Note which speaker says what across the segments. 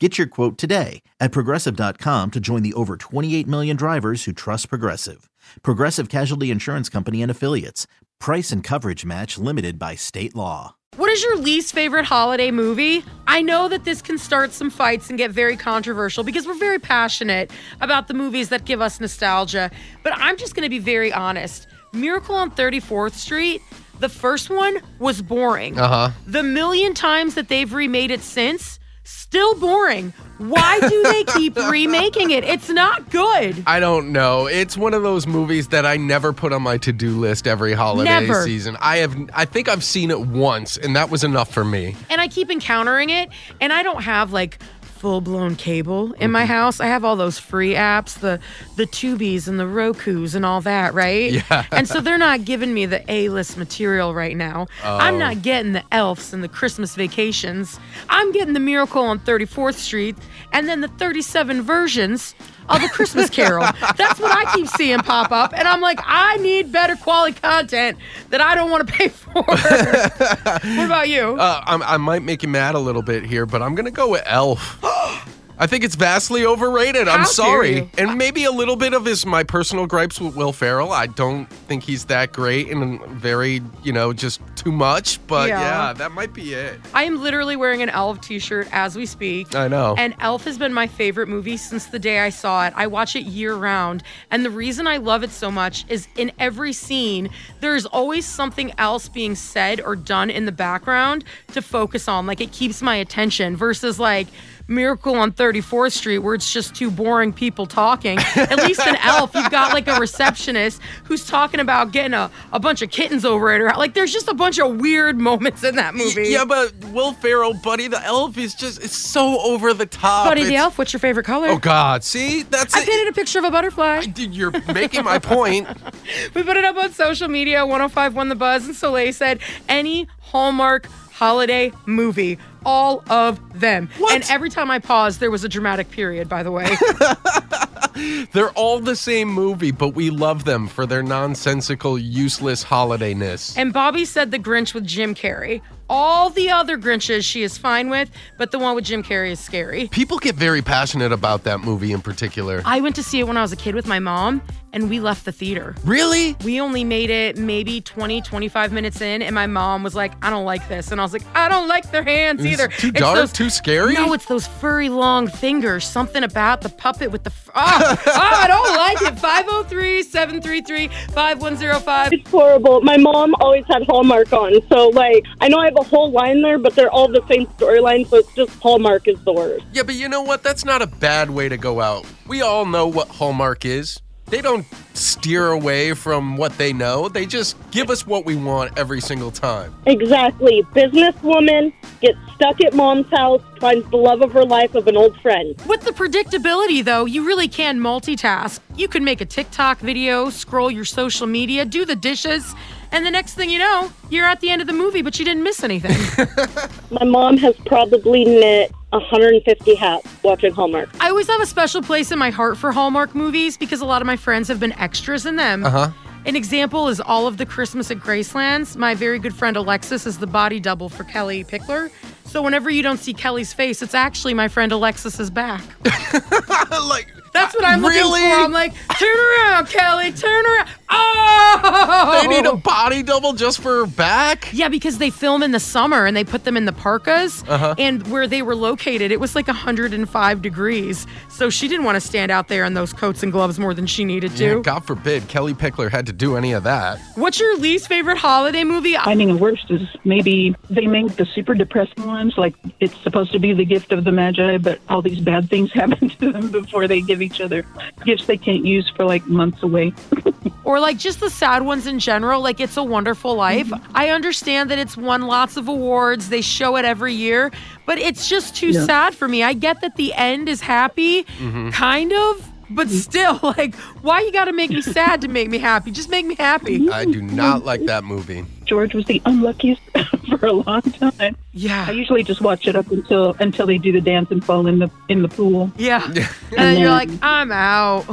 Speaker 1: Get your quote today at progressive.com to join the over 28 million drivers who trust Progressive. Progressive Casualty Insurance Company and Affiliates. Price and coverage match limited by state law.
Speaker 2: What is your least favorite holiday movie? I know that this can start some fights and get very controversial because we're very passionate about the movies that give us nostalgia. But I'm just going to be very honest. Miracle on 34th Street, the first one was boring.
Speaker 3: Uh huh.
Speaker 2: The million times that they've remade it since, still boring. Why do they keep remaking it? It's not good.
Speaker 3: I don't know. It's one of those movies that I never put on my to-do list every holiday
Speaker 2: Never.
Speaker 3: season. I have I think I've seen it once and that was enough for me.
Speaker 2: and I keep encountering it, and I don't have like full blown cable in my house. I have all those free apps, the the Tubies and the Roku's and all that, right? Yeah. and so they're not giving me the A list material right now. I'm not getting the elves and the Christmas vacations. I'm getting the Miracle on 34th Street and then the 37 versions of a Christmas Carol. That's what I keep seeing pop up. And I'm like, I need better quality content that I don't want to pay for. what about you?
Speaker 3: Uh, I'm, I might make you mad a little bit here, but I'm gonna go with Elf. I think it's vastly overrated.
Speaker 2: How
Speaker 3: I'm
Speaker 2: dare you.
Speaker 3: sorry, and maybe a little bit of his my personal gripes with Will Ferrell. I don't think he's that great and very you know just too much. But
Speaker 2: Yeah.
Speaker 3: yeah that might be it.
Speaker 2: I am literally wearing an Elf t-shirt as we speak.
Speaker 3: I know.
Speaker 2: And Elf has been my favorite movie since the day I saw it. I watch it year round. And the reason I love it so much is in every scene, there's always something else being said or done in the background to focus on. Like it keeps my attention versus like Miracle on 34th Street, where it's just two boring people talking. At least in Elf, you've got like a receptionist who's talking about getting a, a bunch of kittens over at her. Like there's just a bunch of weird moments in that
Speaker 3: Y-
Speaker 2: movie.
Speaker 3: Yeah, but Will Ferrell, Buddy the Elf, is just it's so over the top.
Speaker 2: Buddy the
Speaker 3: It's-
Speaker 2: Elf, what's your favorite color?
Speaker 3: Oh God, see that's
Speaker 2: I
Speaker 3: it.
Speaker 2: painted a picture of a butterfly.
Speaker 3: Dude, you're making my point.
Speaker 2: We put it up on social media, 1051 The Buzz, and Soleil said, any Hallmark holiday movie, all of them.
Speaker 3: What?
Speaker 2: And every time I paused, there was a dramatic period, by the way.
Speaker 3: They're all the same movie, but we love them for their nonsensical, useless holidayness.
Speaker 2: and Bobby said The Grinch with Jim Carrey. All the other Grinches she is fine with, but the one with Jim Carrey is scary.
Speaker 3: People get very passionate about that movie in particular.
Speaker 2: I went to see it when I was a kid with my mom, and we left the theater.
Speaker 3: really?
Speaker 2: we only made it maybe 20 25 minutes in and my mom was like i don't like this and i was like i don't like their hands
Speaker 3: It's
Speaker 2: either
Speaker 3: too dark, too scary?
Speaker 2: no it's those furry long fingers something about the puppet with the f- oh, oh i don't like it 503 733 5105
Speaker 4: It's horrible. My mom always had Hallmark on. So, like, I know I have a whole line there, but they're all the same storyline, so it's just Hallmark is the worst.
Speaker 3: Yeah, but you know what? That's not a bad way to go out. We all know what Hallmark is. They don't steer away from what they know. They just give us what we want every single time.
Speaker 4: Exactly. Businesswoman gets stuck at mom's house, finds the love of her life of an old friend.
Speaker 2: With the predictability, though, you really can multitask. You can make a TikTok video, scroll your social media, do the dishes, and the next thing you know, you're at the end of the movie, but you didn't miss anything.
Speaker 4: My mom has probably knit 150 hats watching Hallmark.
Speaker 2: I always have a special place in my heart for Hallmark movies because a lot of my friends have been extras in them.
Speaker 3: Uh-huh.
Speaker 2: An example is all of the Christmas at Gracelands. My very good friend Alexis is the body double for Kelly Pickler. So whenever you don't see Kelly's face, it's actually my friend Alexis's back.
Speaker 3: like
Speaker 2: That's what I'm
Speaker 3: really?
Speaker 2: looking for. I'm like, turn around, Kelly, turn around. Oh!
Speaker 3: They need a body double just for her back?
Speaker 2: Yeah, because they film in the summer and they put them in the parkas.
Speaker 3: Uh-huh.
Speaker 2: And where they were located, it was like 105 degrees. So she didn't want to stand out there in those coats and gloves more than she needed to.
Speaker 3: Yeah, God forbid Kelly Pickler had to do any of that.
Speaker 2: What's your least favorite holiday movie?
Speaker 5: I mean, the worst is maybe they make the super depressing ones, like it's supposed to be the gift of the Magi, but all these bad things happen to them before they give each other gifts they can't use for like months away.
Speaker 2: Or like just the sad ones in general, like It's a Wonderful Life.
Speaker 3: Mm-hmm.
Speaker 2: I understand that it's won lots of awards, they show it every year, but it's just too
Speaker 5: Yeah.
Speaker 2: sad for me. I get that the end is happy,
Speaker 3: Mm-hmm.
Speaker 2: kind of. But still, like, why you gotta make me sad to make me happy? Just make me happy.
Speaker 3: I do not like that movie.
Speaker 5: George was the unluckiest for a long time. I
Speaker 2: Yeah.
Speaker 5: usually just watch it up until until they do the dance and fall in the in the pool.
Speaker 2: Yeah. And then you're like, I'm out.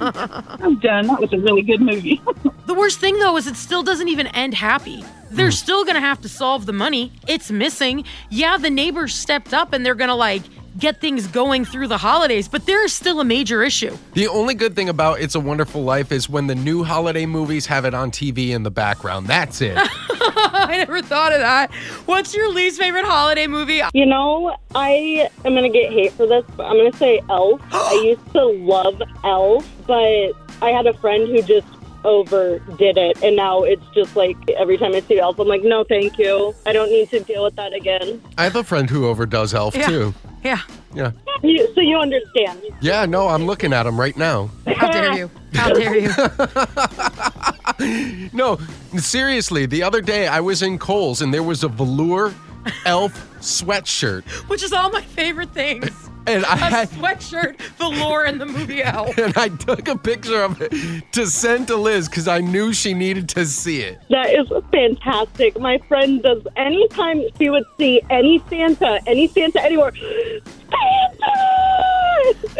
Speaker 5: I'm done. That was a really good movie.
Speaker 2: The worst thing though is it still doesn't even end happy. They're
Speaker 3: Mm.
Speaker 2: still gonna have to solve the money. It's missing. Yeah, the neighbors stepped up and they're gonna like get things going through the holidays, but there is still a major issue.
Speaker 3: The only good thing about It's a Wonderful Life is when the new holiday movies have it on TV in the background. That's it.
Speaker 2: I never thought of that. What's your least favorite holiday movie?
Speaker 4: You know, I am going to get hate for this, but I'm going to say Elf. I used to love Elf, but I had a friend who just overdid it, and now it's just like every time I see Elf, I'm like, no, thank you. I don't need to deal with that again.
Speaker 3: I have a friend who overdoes Elf
Speaker 2: Yeah.
Speaker 3: too.
Speaker 2: Yeah,
Speaker 3: Yeah.
Speaker 4: You, so you understand.
Speaker 3: Yeah, no, I'm looking at him right now.
Speaker 2: how dare you? How dare you?
Speaker 3: No, seriously, the other day I was in Kohl's and there was a velour elf sweatshirt.
Speaker 2: Which is all my favorite things.
Speaker 3: And
Speaker 2: A
Speaker 3: I
Speaker 2: sweatshirt, velour, and the movie Elf.
Speaker 3: and I took a picture of it to send to Liz because I knew she needed to see it.
Speaker 4: That is fantastic. My friend does anytime she would see any Santa, any Santa anywhere. Santa!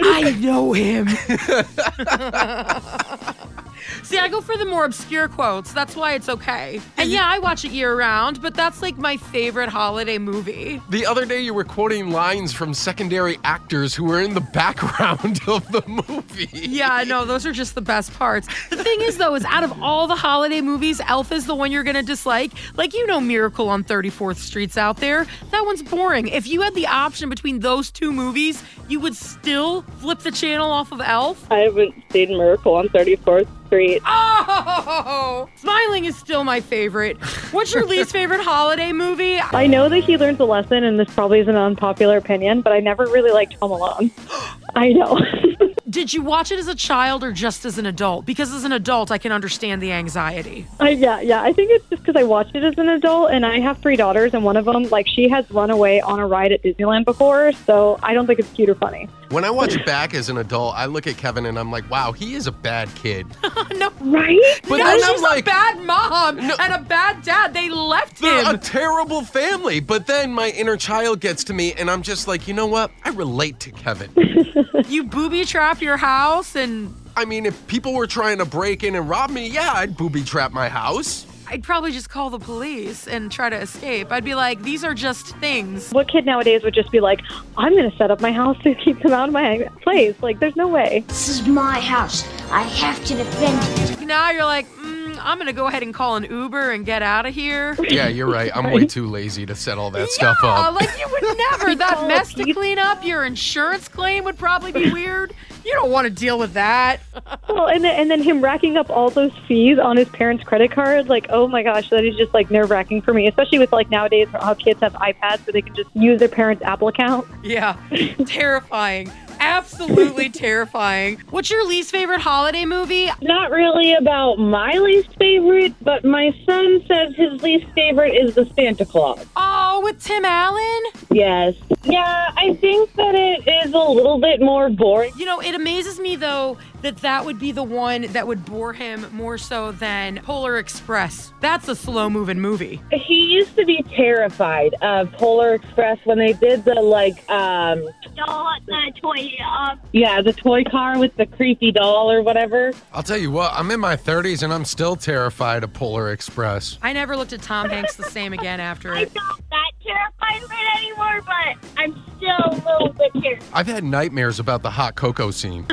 Speaker 2: I know him. See, I go for the more obscure quotes. That's why it's okay. And yeah, I watch it year round, but that's like my favorite holiday movie.
Speaker 3: The other day you were quoting lines from secondary actors who were in the background of the movie.
Speaker 2: Yeah, no, those are just the best parts. The thing is, though, is out of all the holiday movies, Elf is the one you're going to dislike. Like, you know, Miracle on 34th Street's out there. That one's boring. If you had the option between those two movies, you would still flip the channel off of Elf.
Speaker 4: I haven't seen Miracle on 34th Street.
Speaker 2: Oh, smiling is still my favorite. What's your least favorite holiday movie?
Speaker 4: I know that he learns a lesson, and this probably is an unpopular opinion, but I never really liked Home Alone. I know.
Speaker 2: Did you watch it as a child or just as an adult? Because as an adult, I can understand the anxiety.
Speaker 4: I, yeah, yeah. I think it's just because I watched it as an adult, and I have three daughters, and one of them, like, she has run away on a ride at Disneyland before, so I don't think it's cute or funny.
Speaker 3: When I watch it back as an adult, I look at Kevin and I'm like, wow, he is a bad kid.
Speaker 2: no,
Speaker 4: Right?
Speaker 3: But
Speaker 2: no,
Speaker 3: then
Speaker 2: she's
Speaker 3: I'm
Speaker 2: a
Speaker 3: like,
Speaker 2: bad mom and a bad dad. They left
Speaker 3: they're a
Speaker 2: him.
Speaker 3: terrible family. But then my inner child gets to me and I'm just like, you know what? I relate to Kevin.
Speaker 2: you booby trapped your house, and
Speaker 3: I mean, if people were trying to break in and rob me, yeah, I'd booby trap my house.
Speaker 2: I'd probably just call the police and try to escape. I'd be like, these are just things.
Speaker 4: What kid nowadays would just be like, I'm going to set up my house to keep them out of my place? Like, there's no way.
Speaker 6: This is my house. I have to defend it.
Speaker 2: Now you're like, mm, I'm going to go ahead and call an Uber and get out of here.
Speaker 3: Yeah, you're right. I'm way too lazy to set all that stuff
Speaker 2: Yeah,
Speaker 3: up.
Speaker 2: like you would never. that mess to clean up, your insurance claim would probably be weird. You don't want to deal with that.
Speaker 4: Well, and then, and then him racking up all those fees on his parents' credit card, like, oh my gosh, that is just like nerve wracking for me, especially with like nowadays how kids have iPads where they can just use their parents' Apple account.
Speaker 2: Yeah, terrifying. Absolutely terrifying. What's your least favorite holiday movie?
Speaker 7: not really about my least favorite, but my son says his least favorite is the Santa Claus.
Speaker 2: Oh, with Tim Allen?
Speaker 7: Yes. Yeah, I think that it is a little bit more boring.
Speaker 2: You know, it amazes me though that that would be the one that would bore him more so than Polar Express. That's a slow moving movie.
Speaker 7: He used to be terrified of Polar Express when they did the like um
Speaker 6: Not the toy uh, of
Speaker 7: yeah, the toy car with the creepy doll or whatever.
Speaker 3: I'll tell you what, I'm in my 30s and I'm still terrified of Polar Express.
Speaker 2: I never looked at Tom Hanks the same again after it.
Speaker 6: not that terrified of it anymore, but I'm still a little bit terrified.
Speaker 3: I've had nightmares about the hot cocoa scene.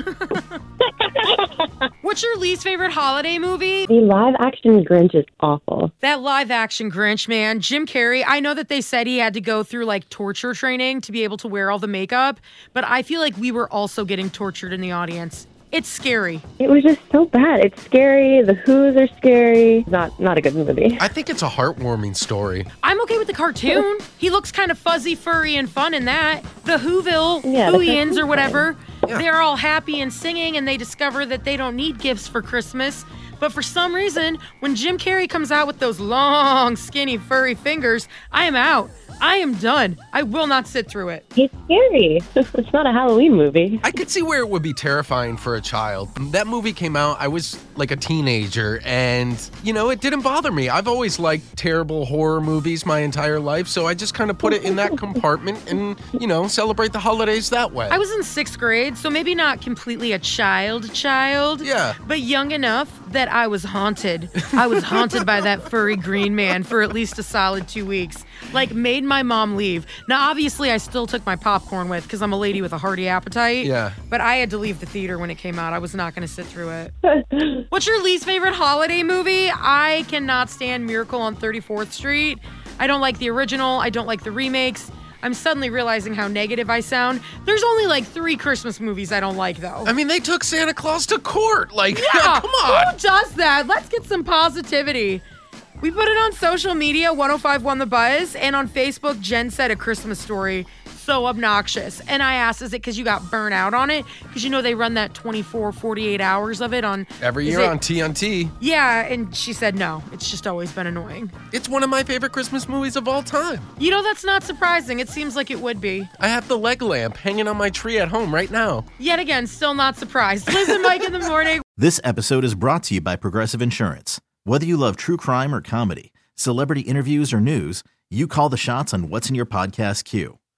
Speaker 2: What's your least favorite holiday movie?
Speaker 8: The live action Grinch is awful.
Speaker 2: That live action Grinch, man. Jim Carrey, I know that they said he had to go through like torture training to be able to wear all the makeup, but I feel like we were also getting tortured in the audience. It's scary.
Speaker 8: It was just so bad. It's scary. The Who's are scary. Not not a good movie.
Speaker 3: I think it's a heartwarming story.
Speaker 2: I'm okay with the cartoon. He looks kind of fuzzy, furry, and fun in that. The Whoville,
Speaker 8: Yeah, the
Speaker 2: Whoians,
Speaker 8: cartoon's
Speaker 2: or whatever, they're all happy and singing, and they discover that they don't need gifts for Christmas. But for some reason, when Jim Carrey comes out with those long, skinny, furry fingers, I am out. I am done. I will not sit through it.
Speaker 8: It's scary. it's not a Halloween movie.
Speaker 3: I could see where it would be terrifying for a child. That movie came out, I was like a teenager, and you know, it didn't bother me. I've always liked terrible horror movies my entire life, so I just kind of put it in that compartment and, you know, celebrate the holidays that way.
Speaker 2: I was in sixth grade, so maybe not completely a child child.
Speaker 3: Yeah.
Speaker 2: But young enough that I was haunted. I was haunted by that furry green man for at least a solid two weeks. Like made my mom leave. Now obviously I still took my popcorn with because I'm a lady with a hearty appetite.
Speaker 3: Yeah.
Speaker 2: But I had to leave the theater when it came out. I was not gonna sit through it. What's your least favorite holiday movie? I cannot stand Miracle on 34th Street. I don't like the original, I don't like the remakes. I'm suddenly realizing how negative I sound. There's only like three Christmas movies I don't like, though.
Speaker 3: I mean, they took Santa Claus to court. Like,
Speaker 2: Yeah,
Speaker 3: come on.
Speaker 2: Who does that? Let's get some positivity. We put it on social media, 1051 The Buzz, and on Facebook, Jen said a Christmas story. So obnoxious. And I asked, is it because you got burnt out on it? Because you know they run that 24, 48 hours of it on.
Speaker 3: Every
Speaker 2: is
Speaker 3: year
Speaker 2: it-
Speaker 3: on TNT.
Speaker 2: Yeah, and she said no. It's just always been annoying.
Speaker 3: It's one of my favorite Christmas movies of all time.
Speaker 2: You know, that's not surprising. It seems like it would be.
Speaker 3: I have the leg lamp hanging on my tree at home right now.
Speaker 2: Yet again, still not surprised. Liz and Mike in the morning.
Speaker 1: This episode is brought to you by Progressive Insurance. Whether you love true crime or comedy, celebrity interviews or news, you call the shots on what's in your podcast queue.